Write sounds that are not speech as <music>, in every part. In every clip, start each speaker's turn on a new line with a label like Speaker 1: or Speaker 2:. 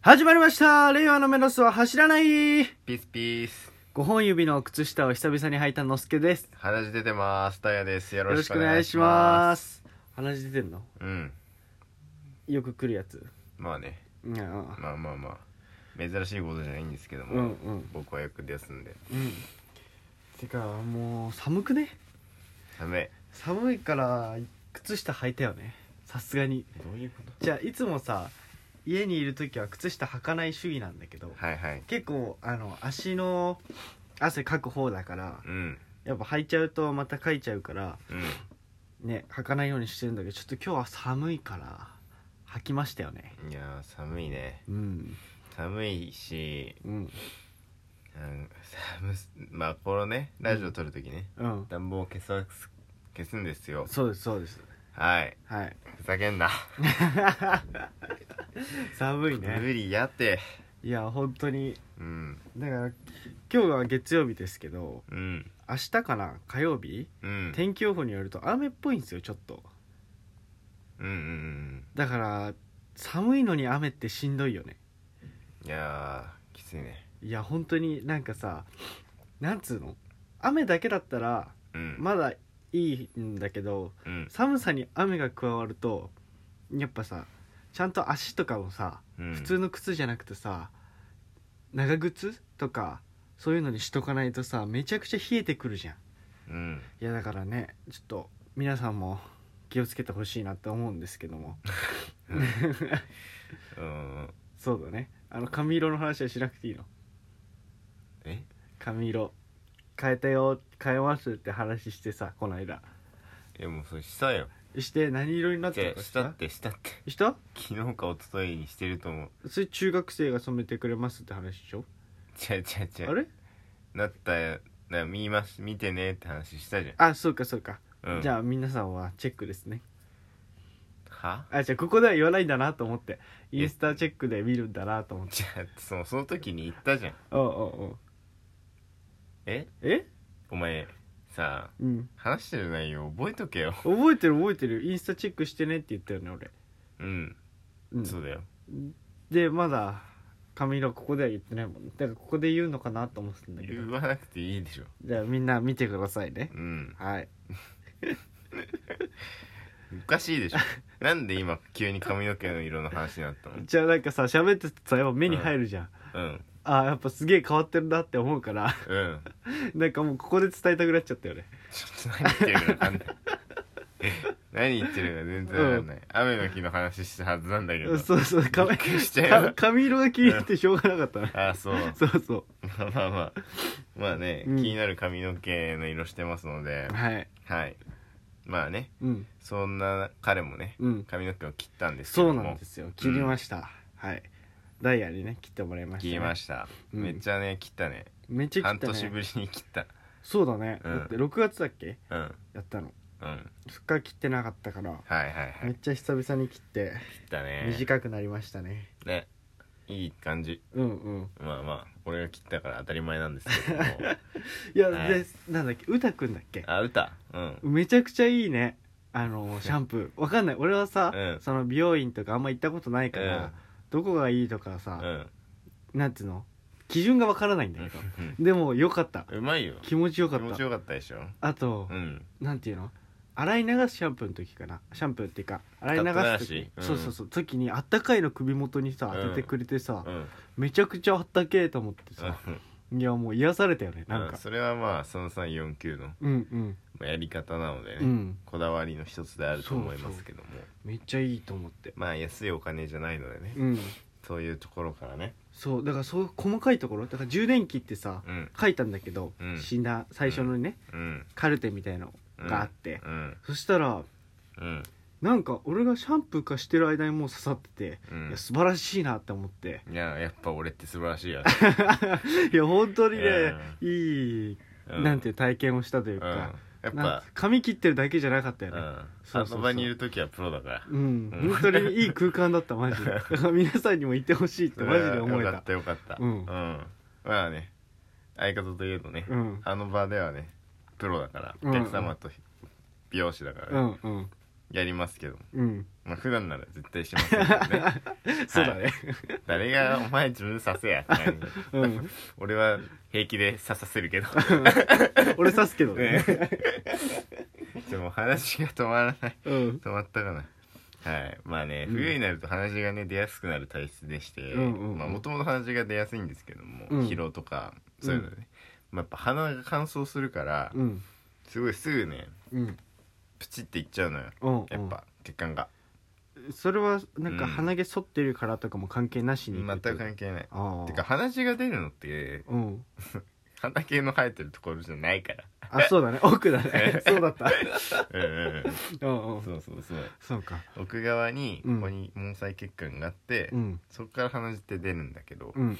Speaker 1: 始まりました令和のメロスは走らない
Speaker 2: ピースピース。
Speaker 1: 5本指の靴下を久々に履いたのすけです。
Speaker 2: 鼻血出てます。タイヤです。よ
Speaker 1: よろ
Speaker 2: ろ
Speaker 1: し
Speaker 2: し
Speaker 1: く
Speaker 2: く
Speaker 1: お
Speaker 2: お
Speaker 1: 願
Speaker 2: 願
Speaker 1: い
Speaker 2: い
Speaker 1: し
Speaker 2: し
Speaker 1: ま。
Speaker 2: ます
Speaker 1: 鼻血出てんの
Speaker 2: す。うん。
Speaker 1: よく来るやつ。
Speaker 2: まあね。
Speaker 1: うん。
Speaker 2: まあまあまあ。珍しいことじゃないんですけども。
Speaker 1: うんうん
Speaker 2: 僕はよく出すんで。
Speaker 1: うん。てか、もう寒くね
Speaker 2: ダメ。
Speaker 1: 寒いから靴下履いたよね。さすがに。
Speaker 2: どういうこ
Speaker 1: じゃあ、いつもさ、家にいる時は靴下履かない主義なんだけど、
Speaker 2: はいはい。
Speaker 1: 結構、あの、足の汗かく方だから、
Speaker 2: うん。
Speaker 1: やっぱ履いちゃうとまたかいちゃうから、
Speaker 2: うん。
Speaker 1: ね履かないようにしてるんだけどちょっと今日は寒いから履きましたよね
Speaker 2: いやー、寒いね。
Speaker 1: うん
Speaker 2: 寒いし、
Speaker 1: うん
Speaker 2: うん、寒す、まあ、このね、ラジオ撮るときね、
Speaker 1: うん
Speaker 2: 暖房を消さす、消すんですよ。
Speaker 1: そうですそうです
Speaker 2: はい。
Speaker 1: はい
Speaker 2: ふざけんな。
Speaker 1: 寒いね
Speaker 2: 無理やって。
Speaker 1: いや本当に
Speaker 2: うん。
Speaker 1: だから今日は月曜日ですけど
Speaker 2: うん。
Speaker 1: 明日かな火曜日
Speaker 2: うん。
Speaker 1: 天気予報によると雨っぽいんですよちょっと
Speaker 2: うんうんうん
Speaker 1: だから寒いのに雨ってしんどいよね
Speaker 2: うん。いやー、きついね。
Speaker 1: いや本当になんかさなんつうの雨だけだったら
Speaker 2: うん。
Speaker 1: まだいいんだけど
Speaker 2: うん
Speaker 1: 寒さに雨が加わるとやっぱさちゃんと足とかをさ、
Speaker 2: うん、
Speaker 1: 普通の靴じゃなくてさ長靴とかそういうのにしとかないとさめちゃくちゃ冷えてくるじゃん
Speaker 2: うん
Speaker 1: いやだからねちょっと皆さんも気をつけてほしいなって思うんですけど
Speaker 2: <laughs>
Speaker 1: も
Speaker 2: うん
Speaker 1: そうだねあの髪色の話はしなくていいの
Speaker 2: え
Speaker 1: 髪色変えたよ変えますって話してさこの間
Speaker 2: いやもうそれしたよ
Speaker 1: して何色になった
Speaker 2: 違
Speaker 1: の
Speaker 2: う
Speaker 1: か知っ
Speaker 2: したたってしたって <laughs>
Speaker 1: した
Speaker 2: 昨日か一昨日にしてると思う
Speaker 1: それ中学生が染めてくれますって話でしょ
Speaker 2: 違う違う違う
Speaker 1: あれ
Speaker 2: なったよな見ます見てねって話したじ
Speaker 1: あそうかそうか、
Speaker 2: ゃん、うん、
Speaker 1: じゃあ皆さんはチェックですね
Speaker 2: は
Speaker 1: あじゃあここでは言わないんだなと思ってインスタチェックで見るんだなと思って
Speaker 2: じゃあそのその時に言ったじゃん
Speaker 1: おうおうおう
Speaker 2: え
Speaker 1: え
Speaker 2: お前さ
Speaker 1: うん
Speaker 2: 話してる内容覚えとけよ
Speaker 1: 覚えてる覚えてるインスタチェックしてねって言ったよね俺、
Speaker 2: うん、
Speaker 1: うん、
Speaker 2: そうだよ
Speaker 1: でまだ髪色ここでは言ってないもんだからここで言うのかなと思ってたんだけど
Speaker 2: 言わなくていいでしょ
Speaker 1: じゃあみんな見てくださいね
Speaker 2: うん
Speaker 1: はい
Speaker 2: おかしいでしょなんで今急に髪の毛の色の話になったの
Speaker 1: じゃあなんかさ喋っててさやっぱ目に入るじゃん、
Speaker 2: うん
Speaker 1: あやっぱすげえ変わってるなって思うから <laughs>
Speaker 2: うん
Speaker 1: なんかもうここで伝えたくなっちゃったよね
Speaker 2: ちょっと何言ってるか分かんない何言ってるか全然分かんない、雨の日の話したはずなんだけど
Speaker 1: そうそう髪
Speaker 2: <laughs> びっくりしちゃうよ
Speaker 1: か髪色が気になってしょうがなかったね
Speaker 2: ああそう
Speaker 1: そうそ
Speaker 2: まあまあまあまあね、
Speaker 1: うん
Speaker 2: 気になる髪の毛の色してますので
Speaker 1: うはい
Speaker 2: はいまあね
Speaker 1: うん
Speaker 2: そんな彼もね
Speaker 1: うん
Speaker 2: 髪の毛を切ったんですけ
Speaker 1: そ
Speaker 2: ど
Speaker 1: う
Speaker 2: も
Speaker 1: なんですよ切りました、はいダイヤにね切ってもらいました、ね、
Speaker 2: 切りました、
Speaker 1: うん
Speaker 2: めっちゃね切ったね
Speaker 1: めっちゃ切
Speaker 2: 半
Speaker 1: ったね
Speaker 2: 年ぶりに切った
Speaker 1: そうだね、
Speaker 2: うん
Speaker 1: だって6月だっけ
Speaker 2: うんうん
Speaker 1: やったの
Speaker 2: はい
Speaker 1: そっから切ってなかったから、
Speaker 2: はいは
Speaker 1: め
Speaker 2: い
Speaker 1: っちゃ久々に切って
Speaker 2: 切ったね
Speaker 1: 短くなりましたね
Speaker 2: ねいい感じ
Speaker 1: うんうん
Speaker 2: まあまあ俺が切ったから当たり前なんですけ
Speaker 1: <laughs>
Speaker 2: ども
Speaker 1: いや、
Speaker 2: はい
Speaker 1: でなんだっけ歌くんだっけ
Speaker 2: あ歌うん
Speaker 1: めちゃくちゃいいねあ
Speaker 2: <laughs>
Speaker 1: のシャンプーわかんない俺はさ、
Speaker 2: うん
Speaker 1: その美容院とかあんま行ったことないから、
Speaker 2: うん
Speaker 1: どこがいいとか
Speaker 2: う
Speaker 1: さ、
Speaker 2: ん
Speaker 1: なんていうの基準がわからないんだけどでもよかった
Speaker 2: うまいよ
Speaker 1: 気持ちよか
Speaker 2: 気
Speaker 1: った
Speaker 2: 持ちよかったでしょ
Speaker 1: あと
Speaker 2: う、ん
Speaker 1: なんていうの洗い流すシャンプーの時かなシャンプーっていうか洗い流
Speaker 2: カット
Speaker 1: す
Speaker 2: 流
Speaker 1: 時
Speaker 2: し、うん
Speaker 1: そうそうそう時にあったかいの首元にさ当ててくれてさ、
Speaker 2: うん
Speaker 1: めちゃくちゃあったけえと思ってさ、いやもう癒されたよね
Speaker 2: な
Speaker 1: なんん
Speaker 2: か
Speaker 1: か、
Speaker 2: それはまあその349の
Speaker 1: うん、うん
Speaker 2: まあやり方なのでね、
Speaker 1: うん
Speaker 2: こだわりの一つであると思いますけども
Speaker 1: めっちゃいいと思って
Speaker 2: まあ安いお金じゃないのでね、
Speaker 1: うん
Speaker 2: そういうところからね
Speaker 1: そうだからそう細かいところだから充電器ってさ
Speaker 2: うん
Speaker 1: 書いたんだけど、
Speaker 2: うん
Speaker 1: 死んだ最初のね、
Speaker 2: うん
Speaker 1: カルテみたいの
Speaker 2: うん
Speaker 1: があって、
Speaker 2: うん
Speaker 1: そしたら
Speaker 2: うん
Speaker 1: なんか俺がシャンプー化してる間にもう刺さってて、
Speaker 2: うん
Speaker 1: いや素晴らしいなって思って <laughs>
Speaker 2: いややっぱ俺って素晴らしいや、
Speaker 1: いや本当にね、いい、
Speaker 2: うん
Speaker 1: <laughs> なんていう体験をしたという
Speaker 2: うん、
Speaker 1: か
Speaker 2: や、
Speaker 1: な
Speaker 2: っ
Speaker 1: ん
Speaker 2: ぱ
Speaker 1: て髪切ってるだけじゃなかったよ
Speaker 2: う
Speaker 1: ね
Speaker 2: ん
Speaker 1: そ
Speaker 2: あ
Speaker 1: うそうそう
Speaker 2: の場にいる時はプロだから
Speaker 1: うん、
Speaker 2: うん
Speaker 1: 本当にいい空間だったマジでだ
Speaker 2: <laughs>
Speaker 1: から皆さんにもいてほしいってマジで思えた
Speaker 2: よかったよかった
Speaker 1: うん
Speaker 2: まあね相方といえどね、
Speaker 1: うん
Speaker 2: あの場ではねプロだから
Speaker 1: うん
Speaker 2: お客様と美容師だから
Speaker 1: う
Speaker 2: ね、
Speaker 1: んうん
Speaker 2: やりますけど
Speaker 1: うん
Speaker 2: まあ普段なら絶対しませんけどね <laughs>
Speaker 1: そうだね、
Speaker 2: 誰が「お前自分刺せや」ってなる
Speaker 1: うん
Speaker 2: 俺は平気で刺させるけど
Speaker 1: 俺刺すけどね
Speaker 2: ねでも話が止まらない
Speaker 1: うん
Speaker 2: 止まったかなはいまあね
Speaker 1: うん
Speaker 2: 冬になると鼻血がね出やすくなる体質でして
Speaker 1: うんうんうん
Speaker 2: まあもともと鼻血が出やすいんですけども、
Speaker 1: うん
Speaker 2: 疲労とかそういうので、ねまあ、やっぱ鼻が乾燥するから、
Speaker 1: うん
Speaker 2: すごいすぐね
Speaker 1: うん
Speaker 2: プチっていっちゃうのよ
Speaker 1: うん
Speaker 2: やっぱ血管が
Speaker 1: それはなんか
Speaker 2: うん
Speaker 1: 鼻毛剃ってるからとかも関係なしに
Speaker 2: 全く関係ない
Speaker 1: ああ
Speaker 2: てか鼻血が出るのって
Speaker 1: うん
Speaker 2: 鼻毛の生えてるところじゃないから
Speaker 1: あそうだね奥だねそうだ
Speaker 2: <laughs>
Speaker 1: った
Speaker 2: うんうんうん
Speaker 1: うんうん
Speaker 2: そうそうそう
Speaker 1: そうか
Speaker 2: 奥側に
Speaker 1: うん
Speaker 2: ここに毛細血管があって、
Speaker 1: うん
Speaker 2: そこから鼻血って出るんだけど、
Speaker 1: うん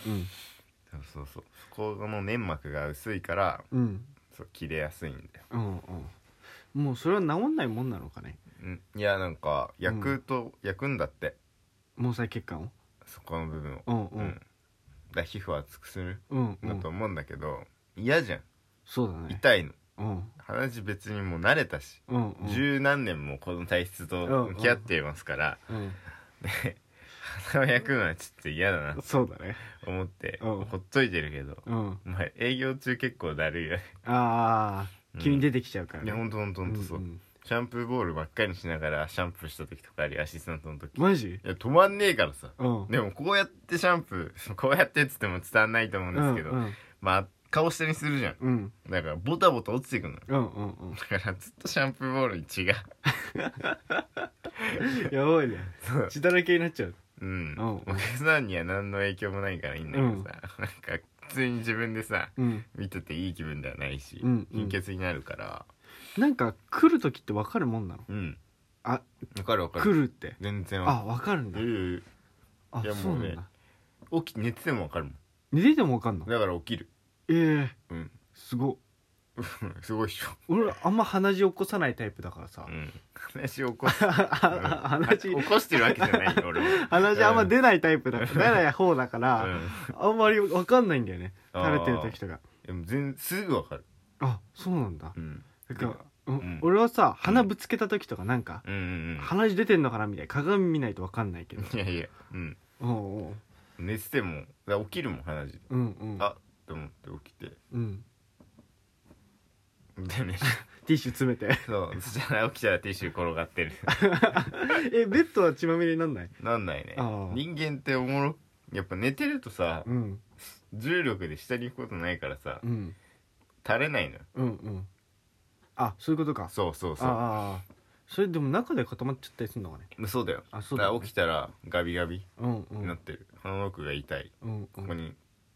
Speaker 2: そうそうそうそこの粘膜が薄いから
Speaker 1: うんうん
Speaker 2: そう切れやすいんだよ、
Speaker 1: うんうんもうそれは治んないもんなのかね
Speaker 2: うん、いやなんか焼くと焼くんだって、
Speaker 1: 毛細血管を
Speaker 2: そこの部分を、
Speaker 1: うんう
Speaker 2: う
Speaker 1: ん
Speaker 2: だから皮膚は厚くする
Speaker 1: うんう
Speaker 2: だと
Speaker 1: ん
Speaker 2: 思うんだけど嫌じゃん
Speaker 1: そうだね
Speaker 2: 痛いの
Speaker 1: うん
Speaker 2: 鼻血別にもう慣れたし、
Speaker 1: うんうん
Speaker 2: 十何年もこの体質と向き合っていますから、
Speaker 1: うん
Speaker 2: 鼻を焼くのはちょっと嫌だなと
Speaker 1: そうだね
Speaker 2: 思って、
Speaker 1: うん
Speaker 2: ほっといてるけど、
Speaker 1: うん
Speaker 2: お前営業中結構だるいよね
Speaker 1: ああ急に出てきちゃうから
Speaker 2: いやほんとほんとほんとそう、
Speaker 1: んん
Speaker 2: シャンプーボールばっかりしながらシャンプーした時とかありアシスタントの時い
Speaker 1: マジ
Speaker 2: や止まんねえからさ
Speaker 1: うん
Speaker 2: でもこうやってシャンプー <laughs> こうやってっつっても伝わんないと思うんですけど、
Speaker 1: うん
Speaker 2: まあ顔下にするじゃん
Speaker 1: うん
Speaker 2: だからボタボタ落ちてくのよ
Speaker 1: うんうんうん
Speaker 2: だからずっとシャンプーボールに血が <laughs>
Speaker 1: やばいね
Speaker 2: そう
Speaker 1: 血だらけになっちゃう
Speaker 2: うん
Speaker 1: うん
Speaker 2: お客さんには何の影響もないからいいんだけど
Speaker 1: う
Speaker 2: さ、
Speaker 1: ん
Speaker 2: なんか普通に自分でさ
Speaker 1: うん
Speaker 2: 見てていい気分ではないし、
Speaker 1: うんうん
Speaker 2: 貧血になるから
Speaker 1: なんか来る時って分かるもんなの
Speaker 2: うん
Speaker 1: あ
Speaker 2: わかるわかる
Speaker 1: 来るって
Speaker 2: 全然わ
Speaker 1: あ分かるん
Speaker 2: か
Speaker 1: だ
Speaker 2: る
Speaker 1: あ
Speaker 2: いや
Speaker 1: そ
Speaker 2: も
Speaker 1: う
Speaker 2: う
Speaker 1: な
Speaker 2: ね
Speaker 1: んだ
Speaker 2: うん起き寝ててもわかるもん
Speaker 1: 寝てても分かんの
Speaker 2: だから起きる <laughs>
Speaker 1: ええ
Speaker 2: うん
Speaker 1: すごっ
Speaker 2: すごいっしょ。
Speaker 1: 俺あんま鼻血起こさないタイプだからさ
Speaker 2: うん。話起
Speaker 1: <laughs>
Speaker 2: こす。
Speaker 1: 鼻血
Speaker 2: 起こしてるわけじゃないよ、俺は。
Speaker 1: 鼻血あんま出ないタイプだ出ない方だか
Speaker 2: う
Speaker 1: ら
Speaker 2: ん。
Speaker 1: あんまり分かんないんだよね
Speaker 2: あ
Speaker 1: 垂
Speaker 2: ー
Speaker 1: れてる時とか
Speaker 2: でも全すぐわかる。
Speaker 1: あそうなんだ
Speaker 2: うん。
Speaker 1: だからう
Speaker 2: うん
Speaker 1: ん俺はさ鼻ぶつけた時とかなんか
Speaker 2: うんうん
Speaker 1: 鼻血出てんのかなみたいな鏡見ないと分かんないけど
Speaker 2: うん。いやいや、うん。
Speaker 1: うんうん
Speaker 2: 寝てても、だから起きるもん、鼻血。
Speaker 1: うんうん
Speaker 2: あと思って起きて。
Speaker 1: うん
Speaker 2: でね、
Speaker 1: ティッシュ詰めて <laughs>
Speaker 2: そう。そしたら起きたらティッシュ転がってる。
Speaker 1: えベッドは血まみれになんない
Speaker 2: なんないね
Speaker 1: あー。
Speaker 2: 人間っておもろ、やっぱ寝てるとさ、
Speaker 1: うん
Speaker 2: 重力で下に行くことないからさ
Speaker 1: う、ん
Speaker 2: 垂れないのよ。
Speaker 1: うんうんあそういうことか
Speaker 2: そうそう
Speaker 1: あ
Speaker 2: そう。
Speaker 1: あそれでも中で固まっちゃったりするのかね
Speaker 2: そうだよ。
Speaker 1: あそ
Speaker 2: だ
Speaker 1: うだね
Speaker 2: から起きたらガビガビ
Speaker 1: うんう
Speaker 2: になっ
Speaker 1: ん
Speaker 2: てる。鼻の奥が痛い。
Speaker 1: うんう
Speaker 2: ここ
Speaker 1: ん
Speaker 2: に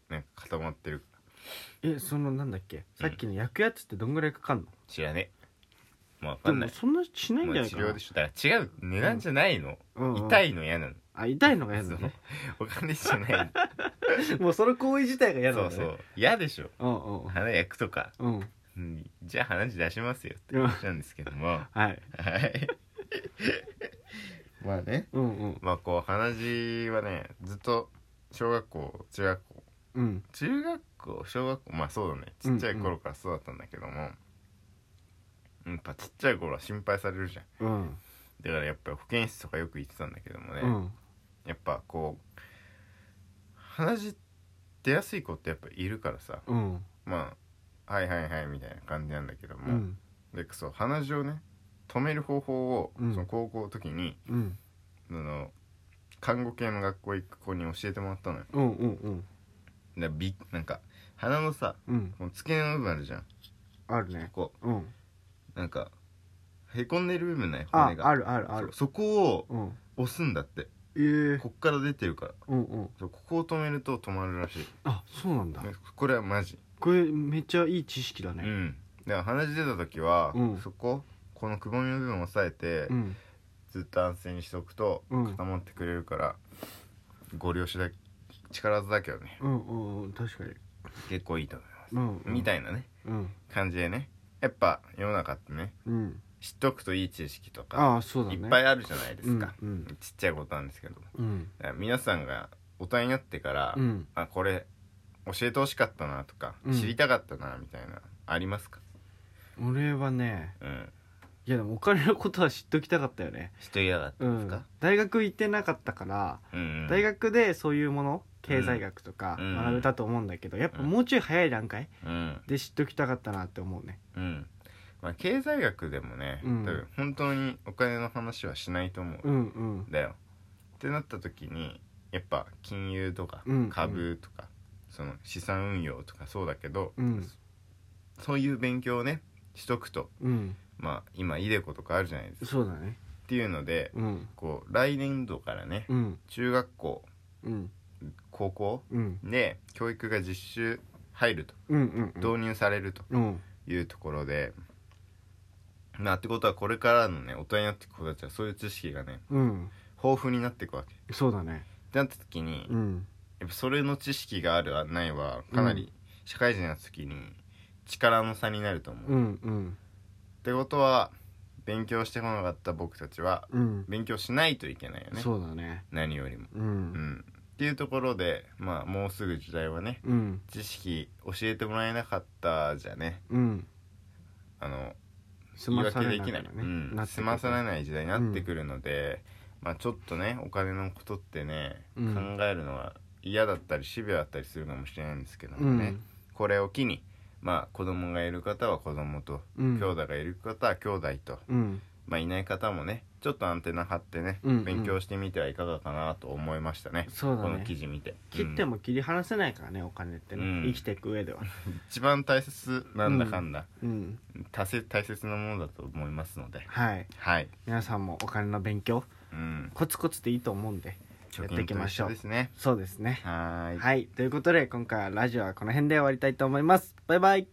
Speaker 2: なんか固まってる
Speaker 1: えそのなんだっけさっきの焼くやつってどんぐらいかかんの
Speaker 2: 知らねえまあ分か
Speaker 1: で
Speaker 2: んな
Speaker 1: も
Speaker 2: い
Speaker 1: そんなしないんじ
Speaker 2: ま
Speaker 1: ゃな
Speaker 2: あ
Speaker 1: い
Speaker 2: 治
Speaker 1: かな
Speaker 2: 療でしょだから違う値段じゃないの、
Speaker 1: うんうん
Speaker 2: 痛いの嫌なの
Speaker 1: あ痛いのが嫌だね
Speaker 2: お金じゃ
Speaker 1: <laughs>
Speaker 2: ない
Speaker 1: もうその行為自体が嫌
Speaker 2: のそうそう嫌でしょ
Speaker 1: うんうん
Speaker 2: 鼻焼くとか、
Speaker 1: うんうん
Speaker 2: うんじゃあ鼻血出しますよって
Speaker 1: うん
Speaker 2: 話なんですけ
Speaker 1: <laughs>
Speaker 2: どもは
Speaker 1: はい
Speaker 2: いまあね
Speaker 1: うんうん
Speaker 2: まあこう鼻血はねずっと小学校中学校
Speaker 1: うん
Speaker 2: 中学校小学校まあそうだねちっちゃい頃からそうだったんだけども、やっぱちっちゃい頃は心配されるじゃん
Speaker 1: うん
Speaker 2: だからやっぱり保健室とかよく行ってたんだけどもね、
Speaker 1: うん
Speaker 2: やっぱこう鼻血出やすい子ってやっぱいるからさ
Speaker 1: うん
Speaker 2: まあはいはいはいみたいな感じなんだけども、
Speaker 1: うん
Speaker 2: でそう鼻血をね止める方法を、
Speaker 1: うん
Speaker 2: その高校の時に
Speaker 1: うん
Speaker 2: あの看護系の学校行く子に教えてもらったのよ
Speaker 1: うんうんうん
Speaker 2: でびなんか鼻のさ
Speaker 1: うん
Speaker 2: この付け根の部分あるじゃん
Speaker 1: あるね
Speaker 2: こ
Speaker 1: うん
Speaker 2: うなんかへこんでる部分ない
Speaker 1: あ
Speaker 2: 骨が
Speaker 1: あるあるある
Speaker 2: そうそこを
Speaker 1: うん
Speaker 2: 押すんだって
Speaker 1: ええ
Speaker 2: こっから出てるから
Speaker 1: うんうん
Speaker 2: そうここを止めると止まるらしい
Speaker 1: あそうなんだ
Speaker 2: ねこれはマジ
Speaker 1: これめっちゃいい知識だ
Speaker 2: う
Speaker 1: ね
Speaker 2: んだから鼻血出た時は、
Speaker 1: うん
Speaker 2: そここのくぼみの部分を押さえて、
Speaker 1: うん
Speaker 2: ずっと安静にしとくと
Speaker 1: うん
Speaker 2: 固まってくれるから、ご了承だ力ずだけどね
Speaker 1: うんうんうん確かに
Speaker 2: 結構いいと思います、
Speaker 1: うんうん
Speaker 2: みたいなね
Speaker 1: うん
Speaker 2: 感じでねやっぱ世の中ってね
Speaker 1: うん
Speaker 2: 知っとくといい知識とか、
Speaker 1: ああそうだ
Speaker 2: い
Speaker 1: ね
Speaker 2: っぱいあるじゃないですか、
Speaker 1: うんうん
Speaker 2: ちっちゃいことなんですけどだか
Speaker 1: うん
Speaker 2: ら皆さんが大人になってから、
Speaker 1: うん
Speaker 2: あこれ教えてほしかったなとか、
Speaker 1: うん
Speaker 2: 知りたかったなみたいなありますか
Speaker 1: 俺はね
Speaker 2: うん
Speaker 1: いやでもお金のことは知っときたかったよね
Speaker 2: しときたかった
Speaker 1: うん
Speaker 2: で
Speaker 1: ん
Speaker 2: すか、
Speaker 1: 大学行ってなかったから、
Speaker 2: うんうん
Speaker 1: 大、学でそういうもの経済学とか
Speaker 2: うん
Speaker 1: 学べたと思うんだけど、やっぱ
Speaker 2: うん
Speaker 1: もうちょい早い段階
Speaker 2: うん
Speaker 1: で知っときたかったなって思うね
Speaker 2: うんまあ、経済学でもね、
Speaker 1: うん
Speaker 2: 多分本当にお金の話はしないと思
Speaker 1: う
Speaker 2: うん
Speaker 1: うん
Speaker 2: んだよ、ってなった時にやっぱ金融とか
Speaker 1: うん
Speaker 2: 株とか、その資産運用とかそうだけど、
Speaker 1: うん
Speaker 2: そういう勉強をねしとくと
Speaker 1: うん
Speaker 2: まあ今イデコとかあるじゃないですか
Speaker 1: そうだね
Speaker 2: っていうので
Speaker 1: うん
Speaker 2: こう来年度からね、
Speaker 1: うん
Speaker 2: 中学校
Speaker 1: うん
Speaker 2: 高校
Speaker 1: うん
Speaker 2: で教育が実習入ると
Speaker 1: うんうんうん
Speaker 2: 導入されると
Speaker 1: うん
Speaker 2: いうところで、まあってことはこれからのね大人になっていく子たちはそういう知識がね
Speaker 1: うん
Speaker 2: 豊富になっていくわけ。っ
Speaker 1: そうだね
Speaker 2: てなった時に、
Speaker 1: うん
Speaker 2: やっぱそれの知識があるはないはかなり社会人になった時に力の差になると思う。
Speaker 1: う
Speaker 2: っ
Speaker 1: んうん
Speaker 2: てことは勉強してこなかった僕たちは
Speaker 1: うん
Speaker 2: 勉強しないといけないよね
Speaker 1: そうだね
Speaker 2: 何よりも。
Speaker 1: う
Speaker 2: うんん、っていうところでまあもうすぐ時代はね
Speaker 1: うん
Speaker 2: 知識教えてもらえなかったじゃね
Speaker 1: うん
Speaker 2: あの
Speaker 1: 済
Speaker 2: 言い
Speaker 1: まさ
Speaker 2: 訳
Speaker 1: れ
Speaker 2: で
Speaker 1: な
Speaker 2: き
Speaker 1: がら
Speaker 2: ない、
Speaker 1: ね
Speaker 2: うん
Speaker 1: な、ってく
Speaker 2: 済
Speaker 1: る
Speaker 2: まされない時代になってくるので、まあちょっとねお金のことってね、
Speaker 1: うん
Speaker 2: 考えるのは嫌だったりシビアだったりするかもしれないんですけど
Speaker 1: う
Speaker 2: もね、
Speaker 1: ん
Speaker 2: これを機にまあ子供がいる方は子供と、
Speaker 1: うん
Speaker 2: 兄弟がいる方は兄弟と、
Speaker 1: うん
Speaker 2: まあ、いない方もねちょっとアンテナ張ってね、
Speaker 1: うんうん
Speaker 2: 勉強してみてはいかがかなと思いましたね
Speaker 1: そうだ
Speaker 2: この
Speaker 1: ね
Speaker 2: 記事見て
Speaker 1: 切って
Speaker 2: うん
Speaker 1: も切り離せないからねお金って
Speaker 2: うん
Speaker 1: ね生きていく上では
Speaker 2: 一番大切なんだかんだ、
Speaker 1: うん
Speaker 2: 大切大切なものだと思いますので
Speaker 1: はい
Speaker 2: はい、
Speaker 1: 皆さんもお金の勉強
Speaker 2: うん、
Speaker 1: コツコツでいいと思うんでやっていきましょ
Speaker 2: 貯金と一緒
Speaker 1: う
Speaker 2: ですね
Speaker 1: そうですね
Speaker 2: はーい
Speaker 1: はいということで今回はラジオはこの辺で終わりたいと思いますバイバイ